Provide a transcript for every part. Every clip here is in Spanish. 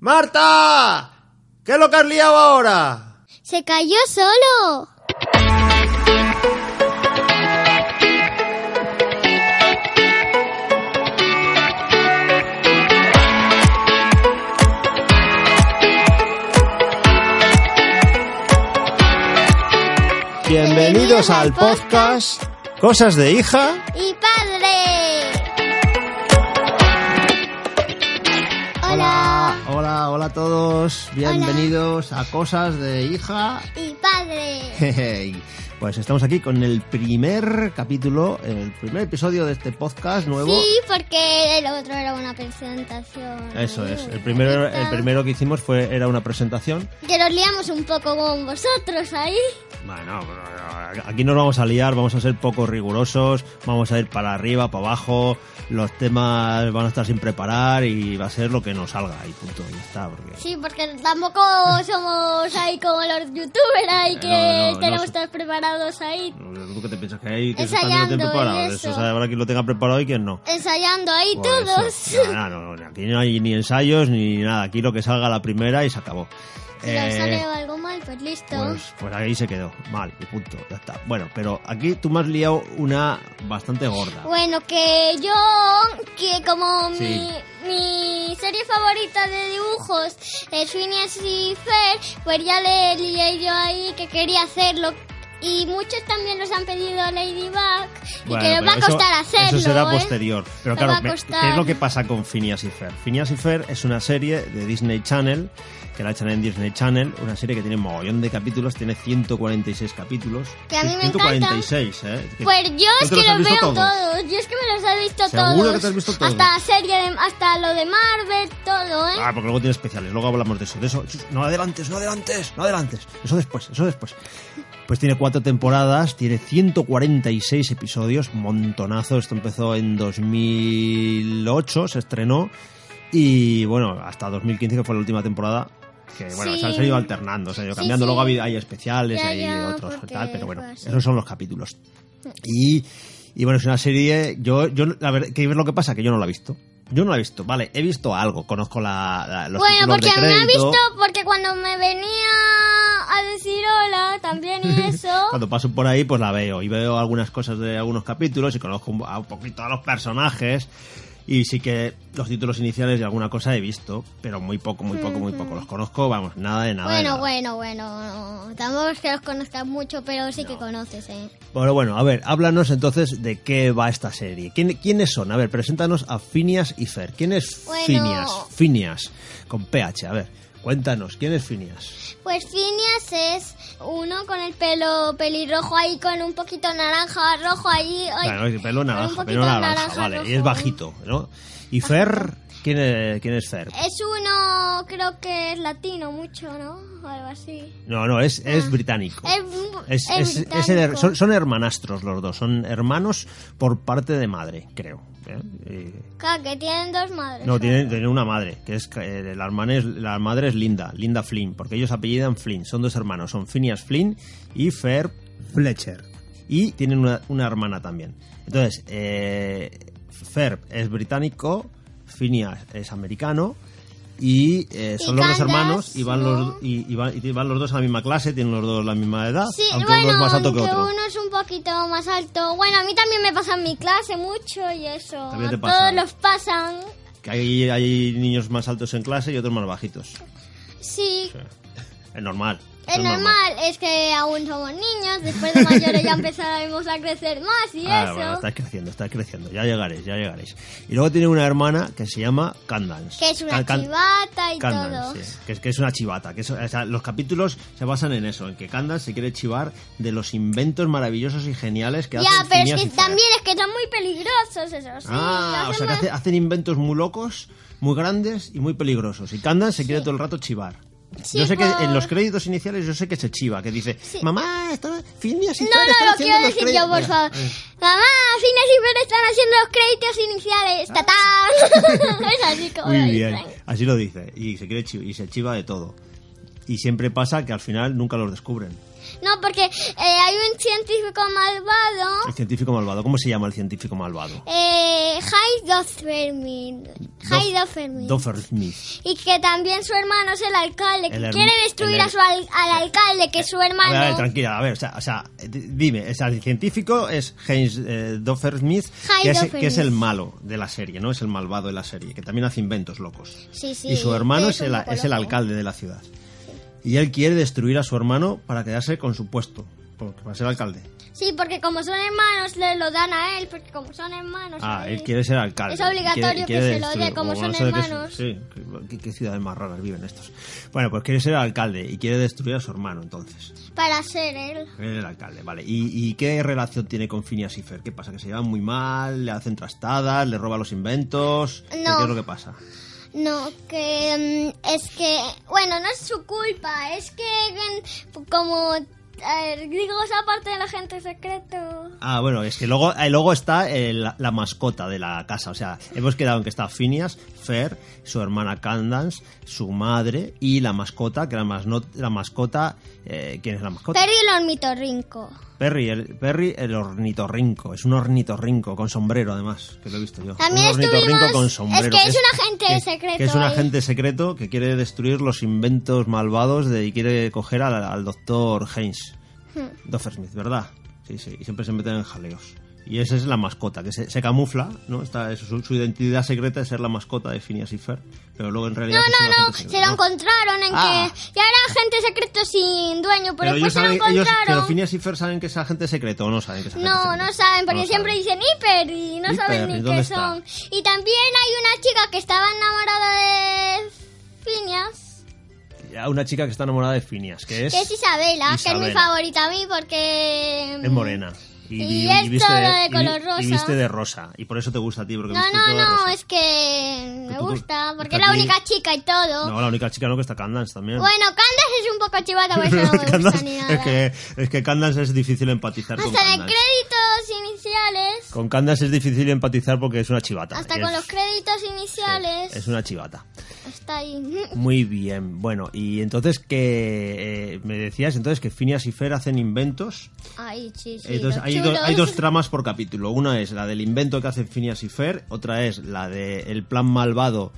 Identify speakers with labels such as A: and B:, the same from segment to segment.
A: ¡Marta! ¿Qué es lo que has liado ahora?
B: Se cayó solo.
A: Bienvenidos al podcast Cosas de hija.
B: ¡Y padre! Hola.
A: Hola, hola a todos. Bienvenidos a Cosas de hija.
B: ¡Y padre!
A: Jeje. Pues estamos aquí con el primer capítulo, el primer episodio de este podcast nuevo.
B: Sí, porque el otro era una presentación.
A: Eso es. El primero, el primero que hicimos fue era una presentación.
B: Que nos liamos un poco con vosotros ahí.
A: Bueno, eh, aquí nos vamos a liar, vamos a ser poco rigurosos, vamos a ir para arriba, para abajo, los temas van a estar sin preparar y va a ser lo que nos salga y punto, ya está. Porque...
B: Sí, porque tampoco somos ahí como los youtubers ahí que
A: No, no, no
B: tenemos
A: sé.
B: que estar preparados ahí.
A: ¿Tú qué te piensas que hay? Que eso también lo tienen
B: Ensayando y
A: preparado.
B: eso.
A: Eso, o sea, habrá quien lo tenga preparado y quien no.
B: Ensayando ahí
A: Por
B: todos.
A: eso. No, no, no, aquí no hay ni ensayos ni nada, aquí lo que salga la primera y se acabó.
B: Si nos
A: Eh,
B: sale algo mal, pues listo.
A: Pues, pues ahí se quedó, mal, y punto, ya está. Bueno, pero aquí tú me has liado una bastante gorda.
B: Bueno, que yo, que como
A: Sí.
B: mi, mi serie favorita de dibujos es Phineas y Fer, pues ya le lié yo ahí que quería hacerlo. Y muchos también los han pedido a Ladybug y
A: Bueno,
B: que les va a
A: pero eso-
B: costar hacerlo.
A: Eso será
B: ¿eh?
A: posterior. Pero
B: Nos va
A: claro,
B: a
A: me-
B: costar.
A: ¿qué es lo que pasa con Phineas y Fer? Phineas y Fer es una serie de Disney Channel, que la echan en Disney Channel, una serie que tiene mogollón de capítulos, tiene 146 capítulos.
B: Que a mí me
A: 146, ¿eh? Que-
B: Pues yo
A: ¿Tú
B: es
A: te
B: que
A: has
B: los
A: visto
B: veo todos?
A: todos?
B: yo es que me los he visto
A: Seguro
B: todos.
A: que te has visto todos.
B: Hasta, la serie de- hasta lo de Marvel, todo, ¿eh?
A: Ah, porque luego tiene especiales, luego hablamos de eso. De eso, Chus, no adelantes, no adelantes, no adelantes. Eso después, eso después. Pues tiene cuatro temporadas, tiene 146 episodios, montonazo. Esto empezó en 2008, se estrenó. Y bueno, hasta 2015, que fue la última temporada. Que bueno,
B: Sí.
A: se han seguido alternando, se han ido
B: Sí,
A: cambiando.
B: sí.
A: Luego ha habido- hay especiales,
B: Ya,
A: hay
B: ya,
A: otros y
B: porque
A: tal, pero bueno,
B: fue así.
A: esos son los capítulos. Y, y bueno, es una serie. Yo, yo la verdad, que es lo que pasa? Que yo no la he visto. Yo no la he visto, vale, he visto algo, conozco la, la- los
B: bueno,
A: títulos
B: porque
A: de
B: me ha
A: crédito.
B: visto, porque cuando me venía a decir hola también y eso.
A: Cuando paso por ahí, pues la veo y veo algunas cosas de algunos capítulos y conozco un, a un poquito a los personajes. Y sí que los títulos iniciales de alguna cosa he visto, pero muy poco, muy poco, muy poco. Los conozco, vamos, nada de nada. de
B: Bueno,
A: nada.
B: bueno, bueno, no. Tampoco es que los conozcas mucho, pero sí que conoces, ¿eh?
A: Bueno, bueno, a ver, háblanos entonces de qué va esta serie. ¿Quién- ¿Quiénes son? A ver, preséntanos a Phineas y Fer. ¿Quién es
B: Bueno.
A: Phineas? Phineas, con PH. A ver, cuéntanos, ¿quién es Phineas?
B: Pues Phineas es uno con el pelo pelirrojo ahí, con un poquito naranja, rojo ahí. ay,
A: Claro, el pelo
B: con un
A: naranja,
B: poquito
A: pelo naranja,
B: naranja,
A: vale.
B: rojo.
A: Y es bajito, ¿no? ¿Y Fer? ¿Quién es, quién es Fer?
B: Es uno, creo que es latino mucho, ¿no? O Algo así.
A: No, no, es, es británico.
B: Es,
A: Es-
B: Ah,
A: es-
B: es
A: es el her-
B: británico.
A: son, son hermanastros los dos, son hermanos por parte de madre, creo. ¿eh? Y-
B: Claro, que tienen dos madres.
A: No, tienen, tienen una madre, que es eh, la, hermana es la madre es Linda, Linda Flynn, porque ellos apellidan Flynn, son dos hermanos, son Phineas Flynn y Fer Fletcher. Y tienen una, una hermana también. Entonces, eh, Fer es británico, Phineas es americano. Y eh, son
B: Y
A: los dos
B: Candace,
A: hermanos y van, los,
B: ¿no?
A: y, y van, y van los dos a la misma clase, tienen los dos la misma edad,
B: Sí,
A: aunque
B: bueno,
A: uno es más alto que
B: aunque
A: otro.
B: uno es un poquito más alto. Bueno, a mí también me pasa en mi clase mucho y eso.
A: También te
B: a
A: pasa.
B: todos los pasan.
A: Que hay, hay niños más altos en clase y otros más bajitos.
B: Sí,
A: Es normal.
B: es normal. Es que aún somos niños. Después de mayores ya empezaremos a crecer más y
A: Ah,
B: eso.
A: bueno, estás creciendo, estás creciendo. Ya llegaréis, ya llegaréis. Y luego tiene una hermana que se llama Candance.
B: Que es una
A: Can- Can-
B: chivata y todo.
A: Candance, Ah, sí, que, es, que es una chivata. Que es- o sea, los capítulos se basan en eso, en que Candance se quiere chivar de los inventos maravillosos y geniales que
B: Ya,
A: hacen
B: pero
A: Phineas
B: es que
A: y Ferb.
B: también es que son muy peligrosos esos. Sí,
A: Ah, o sea, que
B: hacen
A: hace- hacen inventos muy locos, muy grandes y muy peligrosos. Y Candance se quiere todo el rato chivar.
B: Sí,
A: yo sé que
B: por-
A: en los créditos iniciales yo sé que se chiva, que dice, mamá, esto Phineas y
B: No,
A: Ferb
B: no
A: están
B: lo
A: haciendo
B: quiero
A: los
B: decir
A: créditos".
B: yo, por
A: Mira,
B: favor. Mamá, Phineas y Fer están haciendo los créditos iniciales. ¡Tatán! es así como lo
A: Ah. Muy
B: dicen.
A: bien, así lo dice. Y se, quiere chi- y se chiva de todo. Y siempre pasa que al final nunca los descubren.
B: No, porque eh, hay un un científico malvado.
A: El científico malvado. ¿Cómo se llama el científico malvado?
B: Eh, Hyde Doffermin. Hyde Doffermin.
A: Doffersmith.
B: Y que también su hermano es el alcalde, que
A: El herma-
B: quiere destruir
A: el
B: a su al, al alcalde, que es su
A: A ver, a ver,
B: hermano.
A: tranquila, a ver, o sea, o sea, di- dime, o sea, el científico es Heinz eh, Doffersmith,
B: Heinz
A: que es,
B: Doffersmith.
A: que es el malo de la serie, ¿no? Es el malvado de la serie, que también hace inventos locos.
B: Sí, sí,
A: y su hermano
B: es
A: es el,
B: un poco
A: es el
B: loco.
A: alcalde de la ciudad. Y él quiere destruir a su hermano para quedarse con su puesto, porque va a ser alcalde.
B: Sí, porque como son hermanos, le lo dan a él, porque como son hermanos. pues,
A: Ah,
B: a
A: él quiere ser alcalde.
B: Es
A: Y quiere-
B: obligatorio
A: y
B: que
A: quiere
B: se lo dé,
A: destruir-
B: como
A: o
B: son
A: no sé de qué-
B: hermanos.
A: sí, qué- qué, qué ciudades más raras viven estos. Bueno, pues quiere ser alcalde y quiere destruir a su hermano, entonces.
B: Para ser él.
A: Él El alcalde, vale. ¿Y, y qué relación tiene con Phineas y Fer? ¿Qué pasa? ¿Que se llevan muy mal? ¿Le hacen trastadas? ¿Le roba los inventos? ¿Qué-
B: No.
A: ¿Qué es lo que pasa?
B: No, que mm, es que, bueno, no es su culpa, es que mm, como eh, digo esa parte del agente secreto.
A: Ah, bueno, es que luego, eh, luego está eh, la, la mascota de la casa. O sea, hemos quedado en que está Phineas, Fer, su hermana Candance, su madre y la mascota, que la, mas- no- la mascota... eh, ¿Quién es la mascota?
B: Perry el ornitorrinco.
A: Perry, el, Perry el ornitorrinco. Es un ornitorrinco con sombrero, además, que lo he visto yo.
B: También
A: un ornitorrinco
B: estuvimos-
A: con sombrero.
B: es que es un agente
A: que
B: secreto
A: que es un
B: ahí.
A: agente secreto que quiere destruir los inventos malvados de, y quiere coger al, al doctor Haynes.
B: Hmm.
A: Doffersmith, ¿verdad? Sí, sí. Y siempre se meten en jaleos. Y esa es la mascota, que se, se camufla, ¿no? Está, es su, su identidad secreta es ser la mascota de Phineas y Fer. Pero luego en realidad...
B: No,
A: es un
B: no, no,
A: agente
B: se
A: secreto.
B: lo encontraron en
A: Ah.
B: que ya era agente secreto sin dueño, pero,
A: Pero, ellos
B: después se lo
A: saben, ellos, pero
B: encontraron.
A: Phineas y Fer saben que es agente secreto o no saben que es agente
B: no,
A: secreto.
B: no saben, porque
A: No
B: siempre dicen hiper y no
A: Hiper,
B: saben
A: ¿y
B: ni
A: dónde
B: qué
A: está?
B: son. Y también hay una chica que estaba enamorada de Phineas.
A: a una chica que está enamorada de Phineas, que es,
B: que es Isabela, que es mi
A: Isabela.
B: favorita a mí porque...
A: es morena.
B: Y es todo de
A: y-
B: color
A: y
B: rosa.
A: viste de rosa. Y por eso te gusta a ti, porque
B: No,
A: viste
B: no,
A: todo de
B: no,
A: rosa.
B: es que
A: Que
B: me
A: tú-
B: gusta,
A: tú-
B: porque es la
A: aquí-
B: única chica y todo.
A: No, la única chica no que está Candance también.
B: Bueno, Candace es un poco chivata, por eso no me gusta
A: Candance-
B: ni nada.
A: es, que, es que Candance es difícil empatizar con
B: Hasta en
A: Candance.
B: créditos iniciales,
A: Con Candance es difícil empatizar porque es una chivata.
B: hasta
A: es-
B: con los créditos iniciales,
A: Es una chivata.
B: está ahí.
A: Muy bien, bueno, y entonces que eh, me decías entonces que Phineas y Fer hacen inventos
B: Ay, sí, sí,
A: Entonces,
B: los
A: hay, dos,
B: chulos.
A: hay dos tramas por capítulo. Una es la del invento que hacen Phineas y Fer, otra es la del plan malvado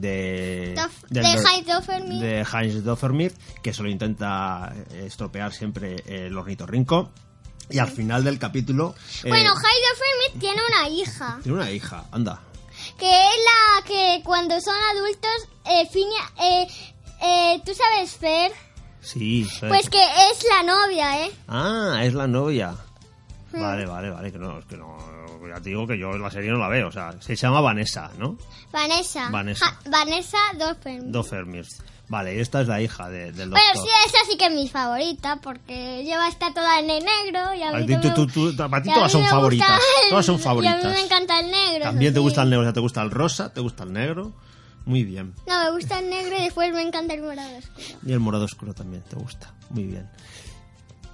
A: de,
B: Dof-
A: del-
B: de Heinz Doffermith.
A: de Heinz Doffermith, que se lo intenta eh, estropear siempre eh, el ornitorrinco. Y al final del capítulo... eh,
B: Bueno, Hyde Fermi tiene una hija,
A: tiene una hija, anda.
B: que es la que cuando son adultos, eh, Finia, eh, eh, tú sabes, Fer,
A: Sí, Fer.
B: Pues que es la novia, ¿eh?
A: Ah, es la novia. Vale, vale, vale, que no, es que no, ya te digo que yo la serie no la veo, o sea, se llama Vanessa, ¿no?
B: Vanessa.
A: Vanessa.
B: Ja- Vanessa Dofferman.
A: Doffermith. Vale, y esta es la hija de- del doctor.
B: Bueno, sí, esa sí que es mi favorita, porque lleva está toda en el negro y a
A: A
B: mí
A: ti,
B: no
A: tú-
B: me-
A: tú- tú- para ti
B: y a
A: todas
B: mí
A: son
B: me
A: favoritas,
B: gusta el-
A: todas son
B: Y a mí
A: favoritas.
B: me encanta el negro.
A: También te
B: sí.
A: gusta el negro, o sea, te gusta el rosa, te gusta el negro. Muy bien.
B: No, me gusta el negro y después me encanta el morado oscuro.
A: Y el morado oscuro también te gusta. Muy bien.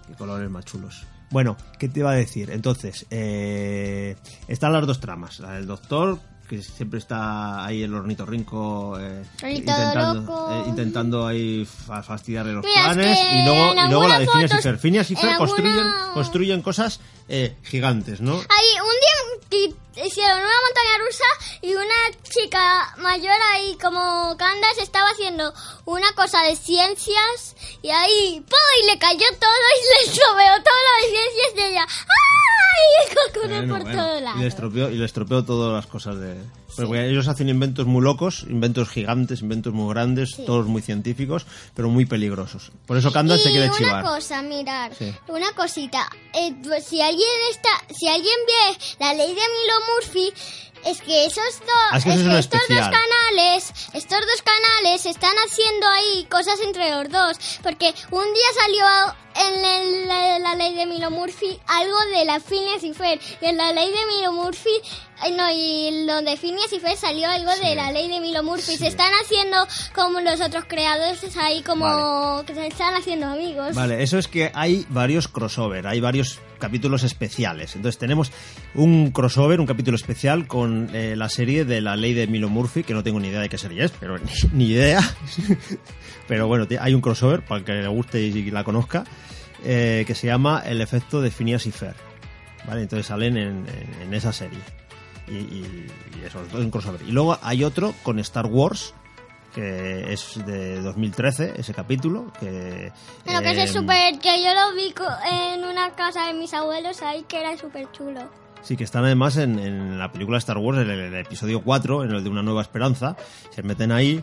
A: Qué colores más chulos. Bueno, ¿qué te iba a decir? Entonces, eh, están las dos tramas. La del doctor, que siempre está ahí el ornitorrinco eh,
B: Ahorita loco.
A: intentando, eh, intentando ahí fa- fastidiarle los
B: Mira, es
A: planes.
B: que
A: Y luego,
B: en
A: y luego la
B: algunas
A: de Phineas y
B: fotos-
A: Fer. Phineas y
B: en
A: Fer
B: alguna-
A: construyen, construyen cosas eh, gigantes, ¿no?
B: Ahí, un día que hicieron una montaña rusa y una chica mayor ahí, como Candace, estaba haciendo una cosa de ciencias y ahí, ¡pum! Y le cayó todo y le estropeó todo lo de ciencias de ella. ¡Ay! Y corrió
A: Bueno,
B: por
A: bueno.
B: todo
A: Y le
B: lado.
A: estropeó, y le estropeó todas las cosas de... Porque ellos hacen inventos muy locos, inventos gigantes, inventos muy grandes, todos muy científicos, pero muy peligrosos. Por eso Candace se
B: y
A: quiere
B: una
A: chivar.
B: cosa, mirar,
A: Sí.
B: una cosita. eh, pues, si alguien está, si alguien ve la ley de Milo Murphy, es que esos
A: Ah,
B: dos,
A: es que eso es un
B: estos dos
A: especial.
B: canales, estos dos canales están haciendo ahí cosas entre los dos, porque un día salió en el- la, la ley de Milo Murphy algo de la Phineas y Fer, y en la ley de Milo Murphy eh, no, y lo de Phineas y Fer salió algo de la ley de Milo Murphy. Se están haciendo como los otros creadores ahí como
A: Vale.
B: que se están haciendo amigos.
A: Vale, eso es que hay varios crossover, hay varios capítulos especiales. Entonces tenemos un crossover, un capítulo especial con eh, la serie de la ley de Milo Murphy, que no tengo ni idea de qué serie es, pero ni, ni idea. pero bueno, te- hay un crossover para el que le guste y la conozca. eh, que se llama El efecto de Phineas y Fer. ¿Vale? Entonces salen en, en- en esa serie. Y, y- y esos dos en crossover. Y luego hay otro con Star Wars, que es de 2013, ese capítulo. Que,
B: Lo que es
A: em,
B: súper, que yo lo vi co- en una casa de mis abuelos ahí que era súper chulo.
A: Sí, que están además en, en la película Star Wars, en el, el episodio 4, en el de Una Nueva Esperanza. Se meten ahí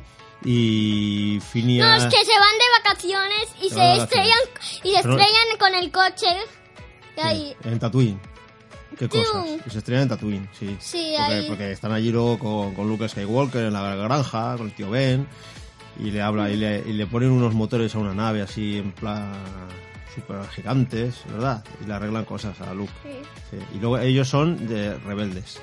A: y
B: No,
A: Phineas...
B: es que se van de vacaciones
A: Se
B: y se,
A: van de
B: estrellan y se
A: Pero-
B: estrellan con el coche. Y
A: Sí,
B: ahí,
A: En Tatooine. Qué
B: Tum.
A: cosas. Y se estrenan en Tatooine, sí.
B: Sí,
A: porque,
B: ahí.
A: porque están allí luego con, con Luke Skywalker en la granja, con el tío Ben. Y le habla y le, y le ponen unos motores a una nave así en plan super gigantes, ¿verdad? Y le arreglan cosas a Luke.
B: sí,
A: Sí. Y luego ellos son de rebeldes.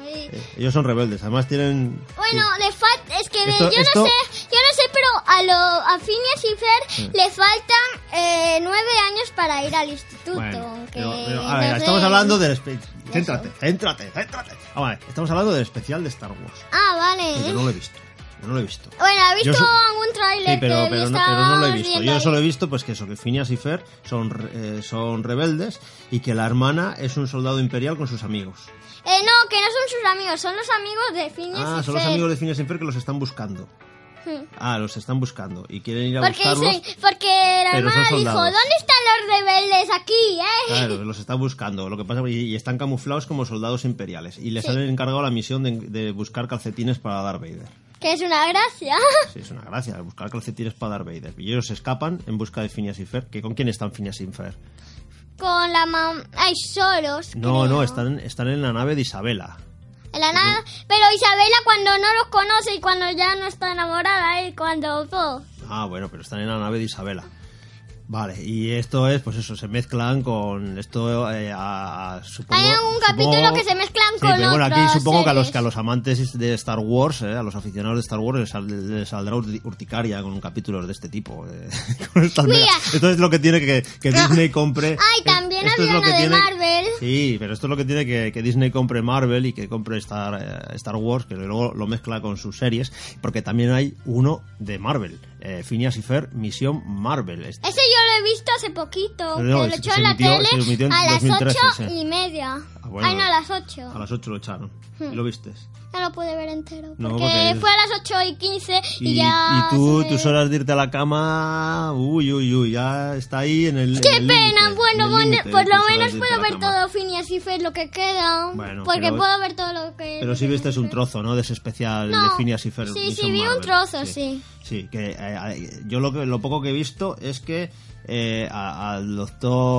B: ahí.
A: Eh, Ellos son rebeldes. Además tienen...
B: Bueno, le falta, es que de-
A: Esto-
B: yo
A: esto-
B: no sé, yo no sé, pero a lo a Phineas y Fer le faltan eh, nueve años para ir al instituto,
A: Bueno,
B: aunque
A: pero- pero, a
B: no
A: ver,
B: sé.
A: estamos hablando del... espe-
B: Céntrate.
A: Céntrate, céntrate. Vamos a ver, estamos hablando del especial de Star Wars.
B: Ah,
A: que
B: vale.
A: Yo no lo he visto. Yo no lo he visto.
B: Bueno, ¿has
A: Yo
B: visto
A: so-
B: algún tráiler
A: Sí, pero, pero,
B: que
A: no, pero
B: estábamos
A: no lo he visto.
B: viendo
A: Yo
B: ahí?
A: solo he visto pues que eso, que Phineas y Fer son, re- eh, son rebeldes y que la hermana es un soldado imperial con sus amigos.
B: Eh, no, que no son sus amigos, son los amigos de Phineas
A: ah,
B: y
A: son
B: Fer.
A: los amigos de Phineas y Fer que los están buscando.
B: Hmm.
A: Ah, los están buscando y quieren ir a
B: Porque,
A: buscarlos.
B: dicen- porque la
A: pero son
B: hermana dijo,
A: soldados. Ah.
B: ¿dónde están los rebeldes aquí, eh?
A: Claro, los están buscando. Lo que pasa y, y están camuflados como soldados imperiales y les
B: Sí.
A: han encargado la misión de, de buscar calcetines para Darth Vader.
B: Que es una gracia.
A: Sí, es una gracia, buscar calcetines para Darth Vader. Y ellos escapan en busca de Phineas y Fer. ¿Que ¿Con quién están Phineas y Fer?
B: Con la mamá... Hay solos.
A: No, no,
B: creo.
A: están, están en la nave de Isabela.
B: En la nada. Pero Isabela cuando no los conoce y cuando ya no está enamorada y cuando... po.
A: Ah, bueno, pero están en la nave de Isabela. Vale, y esto es, pues eso, se mezclan con esto eh, a, a- supongo...
B: Hay algún capítulo que se mezclan
A: Sí,
B: con
A: pero bueno, aquí
B: otras
A: supongo que a, los,
B: series.
A: que a los amantes de Star Wars, eh, a los aficionados de Star Wars, les, sal- les saldrá urti- urticaria con capítulos de este tipo. eh, con estas
B: Mira.
A: mega- Esto es lo que tiene que, que Disney compre...
B: Ay, también
A: esto es
B: había
A: lo
B: una
A: que
B: de
A: tiene-
B: Marvel.
A: Sí, pero esto es lo que tiene que, que Disney compre Marvel y que compre Star, eh, Star Wars, que luego lo mezcla con sus series, porque también hay uno de Marvel, eh, Phineas y Fer, Misión Marvel. Este-
B: Ese yo lo he visto hace poquito.
A: Pero no,
B: que
A: es-
B: lo echó
A: se
B: en la
A: emitió-
B: tele
A: se emitió en
B: a las
A: 2013,
B: ocho
A: sí.
B: y media.
A: Ah, bueno.
B: Ay, no, a las ocho. Hmm.
A: A las 8 lo echaron. ¿Y ¿Lo viste?
B: Ya lo pude ver entero. Porque,
A: No, porque-
B: fue a las 8 y 15 y,
A: Y,
B: ya.
A: y tú,
B: se-
A: tus horas de irte a la cama, uy, uy, uy, ya está ahí en el.
B: ¡Qué pena! bueno, bueno,
A: ¿eh?
B: por lo menos puedo
A: puedo
B: ver todo Phineas y Fer lo que queda.
A: Bueno,
B: porque
A: pero-
B: puedo ver todo lo que.
A: Pero sí viste un trozo, ¿no? De ese especial de
B: No,
A: Phineas y Fer.
B: sí,
A: Misión
B: sí, vi un
A: Marvel.
B: trozo, sí.
A: Sí, que eh, eh, yo lo, que, lo poco que he visto es que eh, a- al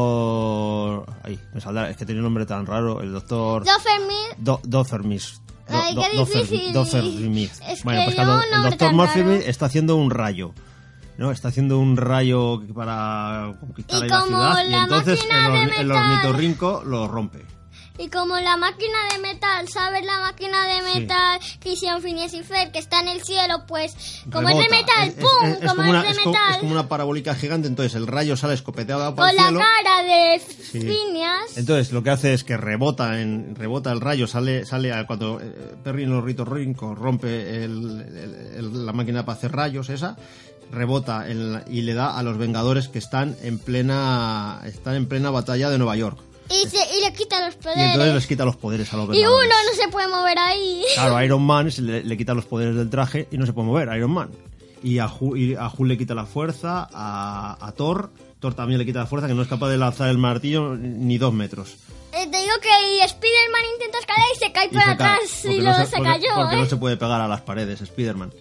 A: doctor... Ay, me saldrá, es que tiene un nombre tan raro, el doctor...
B: Yo, Fermín,
A: Do, Dothermis. Do-
B: Ay,
A: do-
B: qué
A: Dother-
B: difícil.
A: Dothermis.
B: Es
A: Bueno,
B: que
A: pues que el,
B: yo
A: do-
B: un
A: el
B: nombre
A: doctor
B: tan
A: Murphy
B: raro.
A: está haciendo un rayo. ¿no? Está haciendo un rayo para conquistar
B: Y
A: ahí
B: como
A: la ciudad y
B: la
A: entonces
B: máquina
A: el,
B: de
A: orni- el
B: metal.
A: ornitorrinco lo rompe.
B: y como la máquina de metal, ¿sabes? La máquina de metal que hicieron Phineas y Fer, que está en el cielo, pues. Como es de
A: Rebota.
B: metal,
A: Es- es-
B: ¡pum!
A: es- es
B: como,
A: una,
B: es de
A: es como-
B: metal.
A: es como una parabólica gigante, entonces el rayo sale escopeteado por
B: con
A: el
B: la
A: cielo.
B: cara de Phineas.
A: Entonces lo que hace es que rebota en rebota el rayo, sale sale a- cuando eh, Perry en los ritos rincos rompe el- el- el- la máquina para hacer rayos esa, rebota en la- y le da a los Vengadores que están en plena están en plena batalla de Nueva York.
B: Y, se- y le quita los
A: Y entonces
B: poderes.
A: les quita los poderes a los
B: Y, uno
A: Vengadores.
B: no se puede mover ahí.
A: Claro, Iron Man se le, le quita los poderes del traje y no se puede mover, Iron Man. Y a Hulk, a Hulk le quita la fuerza, a, a Thor, Thor también le quita la fuerza, que no es capaz de lanzar el martillo ni dos metros.
B: Eh, te digo que y Spider-Man intenta escalar y se cae
A: Y
B: por
A: se cae,
B: atrás
A: porque
B: y
A: no
B: luego se,
A: porque-
B: cayó.
A: Porque
B: ¿eh?
A: no se puede pegar a las paredes, Spider-Man.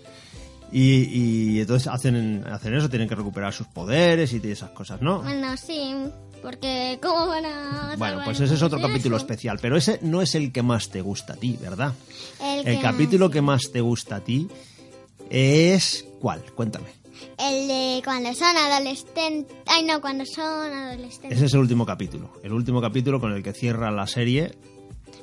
A: Y, y entonces hacen, hacen eso, tienen que recuperar sus poderes y esas cosas, ¿no?
B: Bueno, sí, porque ¿cómo van a
A: Bueno,
B: salvar
A: pues
B: a
A: ese es otro
B: eso?
A: capítulo especial, pero ese no es el que más te gusta a ti, ¿verdad?
B: El,
A: El
B: que-
A: capítulo que más te gusta a ti es... ¿Cuál? Cuéntame.
B: El de cuando son adolescentes. Ay, no, cuando son adolescentes.
A: Ese es el último capítulo, el último capítulo con el que cierra la serie.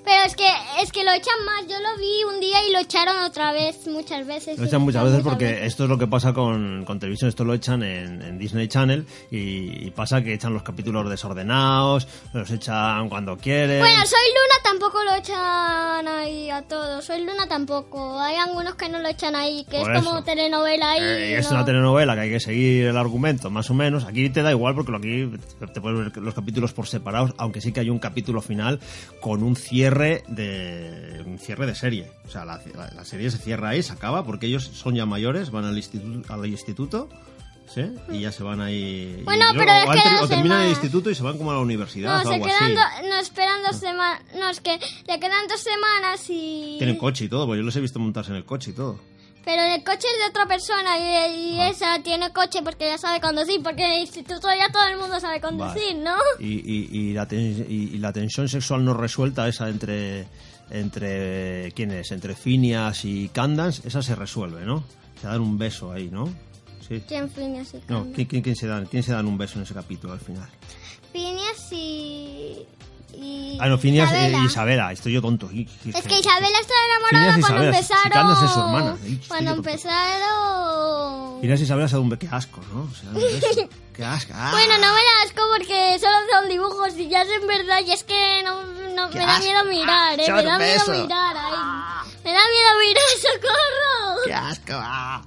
B: Pero es que es que lo echan más. Yo lo vi un día y lo echaron otra vez muchas veces.
A: Lo
B: y
A: echan muchas veces porque esto es lo que pasa con, con televisión, esto lo echan en, en Disney Channel y, y pasa que echan los capítulos desordenados, los echan cuando quieren.
B: Bueno, soy Luna tampoco lo echan ahí a todos. Soy Luna tampoco. Hay algunos que no lo echan ahí, que
A: Por
B: es
A: eso.
B: como telenovela ahí.
A: Eh,
B: y
A: es
B: no.
A: una telenovela que hay que seguir el argumento, más o menos. Aquí te da igual porque aquí te puedes ver los capítulos por separados, aunque sí que hay un capítulo final con un cierre de un cierre de serie. O sea, la, la- la serie se cierra ahí, se acaba porque ellos son ya mayores, van al instituto, al instituto ¿sí? y ya se van ahí. y-
B: Bueno,
A: y-
B: pero
A: o
B: es que
A: antes-
B: no
A: o
B: se
A: terminan el
B: va.
A: instituto y se van como a la universidad
B: No,
A: o
B: se
A: algo
B: quedan
A: así.
B: do- no, esperan dos semanas. No, es que le quedan dos semanas y.
A: Tienen coche y todo, pues yo los he visto montarse en el coche y todo.
B: Pero el coche es de otra persona y, y esa tiene coche porque ya sabe conducir, porque en el instituto ya todo el mundo sabe conducir, ¿no?
A: y, y- y la ten- y- y la tensión sexual no resuelta esa entre entre quién es entre Phineas y Candance esa se resuelve no se dan un beso ahí no sí
B: ¿Quién Phineas y
A: no
B: Candance?
A: quién, quién- quién se dan quién se dan un beso en ese capítulo al final
B: Phineas y... y
A: ah no Phineas eh,
B: Isabela.
A: Isabela, estoy yo tonto Y- y-
B: Es que Isabela estaba enamorada
A: Phineas y
B: cuando
A: Isabela, si
B: empezaron...
A: Candance es su hermana. Ay, estoy
B: Cuando
A: yo tonto.
B: empezaron...
A: Phineas y Isabela se dan un beso qué asco no Se dan un beso. qué asco Ah,
B: Bueno, no me da asco porque solo son dibujos y ya es en verdad y es que no, no-
A: Qué
B: me da
A: asco.
B: miedo mirar, eh,
A: Yo
B: me
A: no Ah.
B: da miedo
A: beso.
B: mirar, ay, me da miedo mirar, socorro.
A: qué asco ah.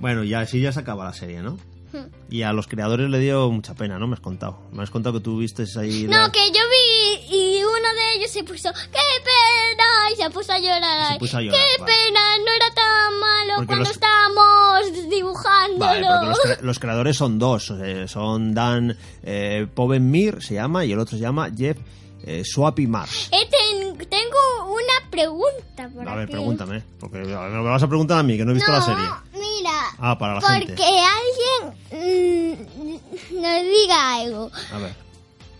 A: bueno ya así ya se acaba la serie no
B: Hmm.
A: y a los creadores le dio mucha pena, ¿no? Me has contado. Me has contado que tú viste ahí... la-
B: No, que yo vi y uno de ellos se puso, ¡qué pena! Y se puso a llorar.
A: Se puso a llorar,
B: ¡Qué
A: vale.
B: pena! No era tan malo
A: Porque
B: cuando
A: los-
B: estábamos
A: Vale,
B: dibujándolo.
A: porque los, cre- los creadores son dos. eh, son Dan eh, Povenmir, se llama, y el otro se llama Jeff eh, Swapi Mars.
B: Eh, ten- tengo una pregunta para
A: A ver,
B: ti.
A: pregúntame. eh, Porque a ver, me vas a preguntar a mí, que no he visto
B: No,
A: la serie.
B: mira.
A: Ah, para la gente.
B: porque alguien mm, nos diga algo.
A: A ver.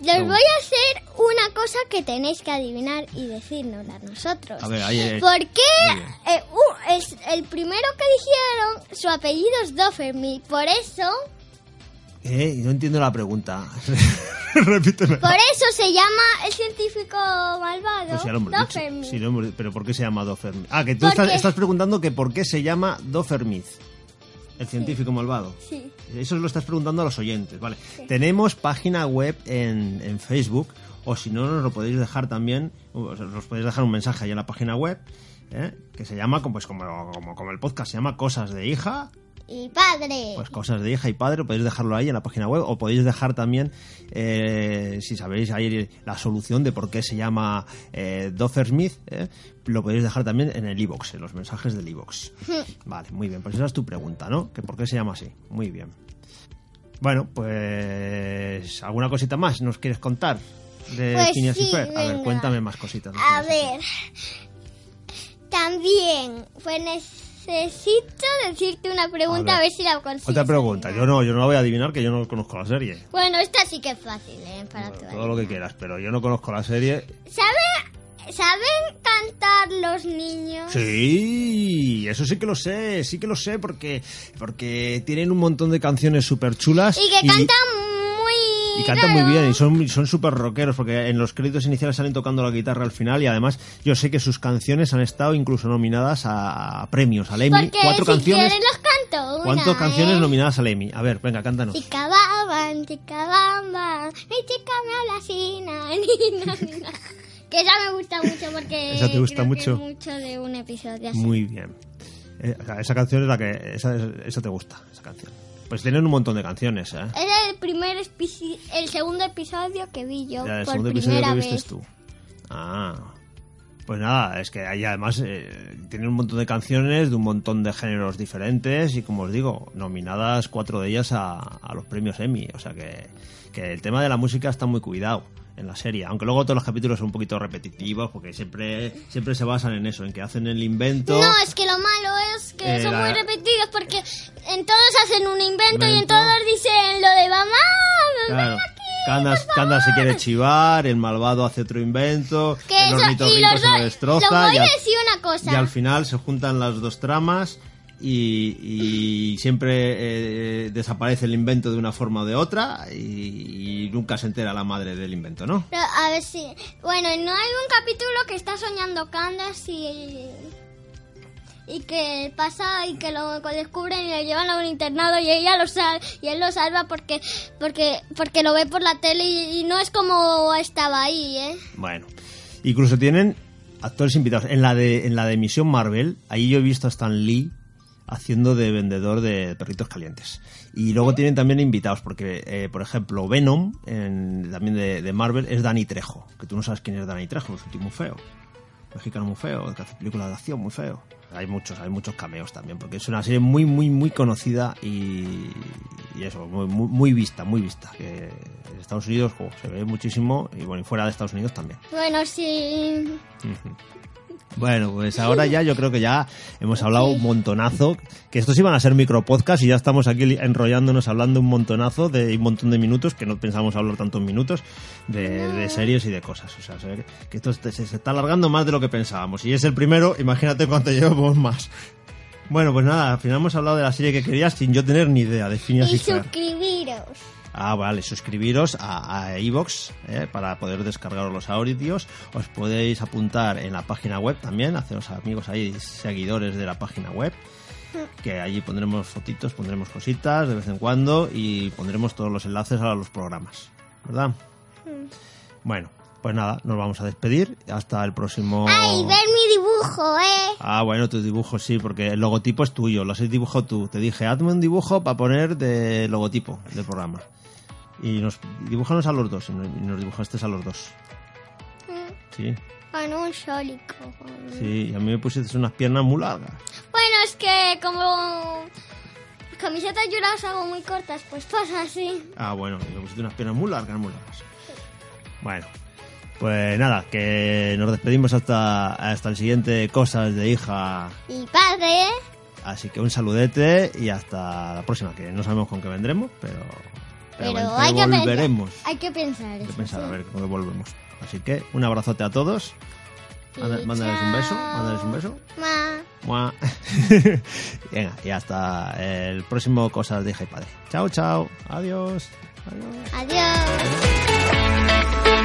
B: Les
A: Pregunta.
B: voy a hacer una cosa que tenéis que adivinar y decírnosla nosotros.
A: A ver, ahí, eh,
B: ¿Por qué
A: muy bien.
B: eh, uh, es el primero que dijeron su apellido es Doffermi? Por eso,
A: Eh, no entiendo la pregunta. Repíteme.
B: por eso se llama el científico malvado
A: Pues ya lo hemos dicho.
B: Doffermi.
A: Sí, lo hemos- Pero ¿por qué se llama Dofermith? Ah, que tú
B: Porque-
A: estás, estás preguntando que por qué se llama Dofermith, el científico malvado.
B: Sí.
A: Eso lo estás preguntando a los oyentes, ¿vale? Tenemos página web en, en Facebook, o si no, nos lo podéis dejar también, o sea, nos podéis dejar un mensaje ahí en la página web, ¿eh? que se llama, como- pues como, como, como el podcast, se llama Cosas de Hija,
B: Y padre.
A: pues Cosas de Hija y Padre, podéis dejarlo ahí en la página web, o podéis dejar también, eh, si sabéis ahí la solución de por qué se llama eh, Doffer Smith, ¿eh? lo podéis dejar también en el iBox, en los mensajes del iBox. Vale, muy bien, pues esa es tu pregunta, ¿no? Que por qué se llama así. Muy bien. Bueno, pues alguna cosita más nos quieres contar de
B: Pues
A: Phineas y
B: sí,
A: Fer. A ver,
B: venga.
A: cuéntame más cositas. de
B: A
A: Phineas y
B: ver, también, pues necesito decirte una pregunta
A: A
B: a ver,
A: ver.
B: si la
A: Fer.
B: consigues.
A: Otra pregunta, yo
B: adivinar.
A: no, yo no la voy a adivinar que yo no conozco la serie.
B: Bueno, esta sí que es fácil, ¿eh? Para tu
A: Todo lo que quieras, pero yo no conozco la serie.
B: ¿Sabe- ¿Saben cantar los niños?
A: Sí, eso sí que lo sé, sí que lo sé porque porque tienen un montón de canciones súper chulas
B: Y que cantan muy...
A: Y cantan muy
B: raro.
A: bien y son son súper rockeros porque en los créditos iniciales salen tocando la guitarra al final y además yo sé que sus canciones han estado incluso nominadas a, a premios, al Emmy.
B: Porque
A: cuatro
B: si
A: canciones.
B: quieren los canto una,
A: ¿Cuántas canciones
B: ¿eh?
A: nominadas al Emmy? A ver, venga, cántanos.
B: Chica baban, chica bamba, mi chica me habla así, na, ni, na, ni, na. Que esa me gusta mucho porque
A: Esa te gusta
B: creo que
A: mucho.
B: es mucho de un episodio así.
A: Muy bien. Eh, o sea, esa canción es la que esa, esa te gusta, esa canción. Pues tienen un montón de canciones, ¿eh?
B: Era el primer epici- el segundo episodio que vi yo
A: Ya, el
B: por
A: segundo episodio
B: primera
A: que viste
B: vez.
A: tú. Ah. Pues nada, es que ahí además eh, tienen un montón de canciones de un montón de géneros diferentes y como os digo, nominadas cuatro de ellas a, a los premios Emmy. O sea que, que el tema de la música está muy cuidado en la serie, aunque luego todos los capítulos son un poquito repetitivos porque siempre, siempre se basan en eso, en que hacen el invento.
B: No, es que lo malo es que
A: Eh,
B: son
A: la-
B: muy repetidos porque en todos hacen un invento y en
A: Invento.
B: todos dicen lo de mamá. ven
A: Claro.
B: aquí,
A: Candas,
B: por
A: Candas se
B: favor".
A: quiere chivar, el malvado hace otro invento,
B: Que
A: el
B: eso- y
A: ornitorrinco
B: los
A: se lo
B: dos,
A: destroza.
B: lo voy
A: y
B: a
A: al-
B: decir una cosa.
A: y al final se juntan las dos tramas y, y siempre eh, desaparece el invento de una forma o de otra y, y nunca se entera la madre del invento, ¿no?
B: Pero, a ver si. Bueno, no hay un capítulo que está soñando Candace y. Y que pasa y que lo descubren y lo llevan a un internado y ella lo sal y él lo salva porque porque porque lo ve por la tele y, y no es como estaba ahí, ¿eh?
A: Bueno. Incluso tienen actores invitados. En la de, en la de Misión Marvel, ahí yo he visto a Stan Lee haciendo de vendedor de perritos calientes. Y luego tienen también invitados, porque, eh, por ejemplo, Venom, en- también de, de Marvel, es Danny Trejo. Que tú no sabes quién es Danny Trejo, es un tío muy feo. Mexicano muy feo, que hace películas de acción muy feo. Hay muchos, hay muchos cameos también, porque es una serie muy, muy, muy conocida y, y eso, muy, muy, muy vista, muy vista. Que en Estados Unidos jo, se ve muchísimo y bueno, y fuera de Estados Unidos también.
B: Bueno, sí.
A: Bueno, pues ahora ya yo creo que ya hemos hablado un montonazo, que estos iban a ser micropodcasts y ya estamos aquí li- enrollándonos hablando un montonazo de y un montón de minutos, que no pensamos hablar tantos minutos, de, de series y de cosas. O sea, se ve que esto se, se está alargando más de lo que pensábamos. Y es el primero, imagínate cuánto llevamos más. Bueno, pues nada, al final hemos hablado de la serie que querías sin yo tener ni idea de Phineas y
B: Y
A: Ferb.
B: suscribiros.
A: Ah, vale, suscribiros a, a iVoox, eh, para poder descargaros los audios. Os podéis apuntar en la página web también, haceros amigos ahí, seguidores de la página web. Que allí pondremos fotitos, pondremos cositas de vez en cuando y pondremos todos los enlaces a los programas. ¿Verdad? Bueno, pues nada, nos vamos a despedir. Hasta el próximo.
B: Ay, ver mi dibujo, eh.
A: Ah, bueno, tus dibujos sí, porque el logotipo es tuyo, lo has dibujado tú. Te dije, hazme un dibujo para poner de logotipo del programa. Y nos dibujanos a los dos, y nos, y nos dibujaste a los dos. Sí,
B: Con un sólico.
A: sí, y a mí me pusiste unas piernas muy largas.
B: Bueno, es que como camisetas yo las hago muy cortas, pues pasa así.
A: Ah, bueno, me pusiste unas piernas muy largas, muy largas. Bueno, pues nada, que nos despedimos hasta, hasta el siguiente Cosas de Hija.
B: Y padre, ¿eh?
A: Así que un saludete y hasta la próxima, que no sabemos con qué vendremos, pero.
B: Pero,
A: bueno,
B: hay que
A: volveremos.
B: pensar. Hay que pensar.
A: que
B: eso,
A: pensar,
B: sí.
A: a ver cómo volvemos. Así que un abrazote a todos. Manda-
B: Y
A: Mándales un beso.
B: chao.
A: Mándales un beso.
B: Ma.
A: Mua. Venga, y hasta el próximo Cosas de Hija y Padre. Chao, chao. Adiós. Adiós.
B: Adiós.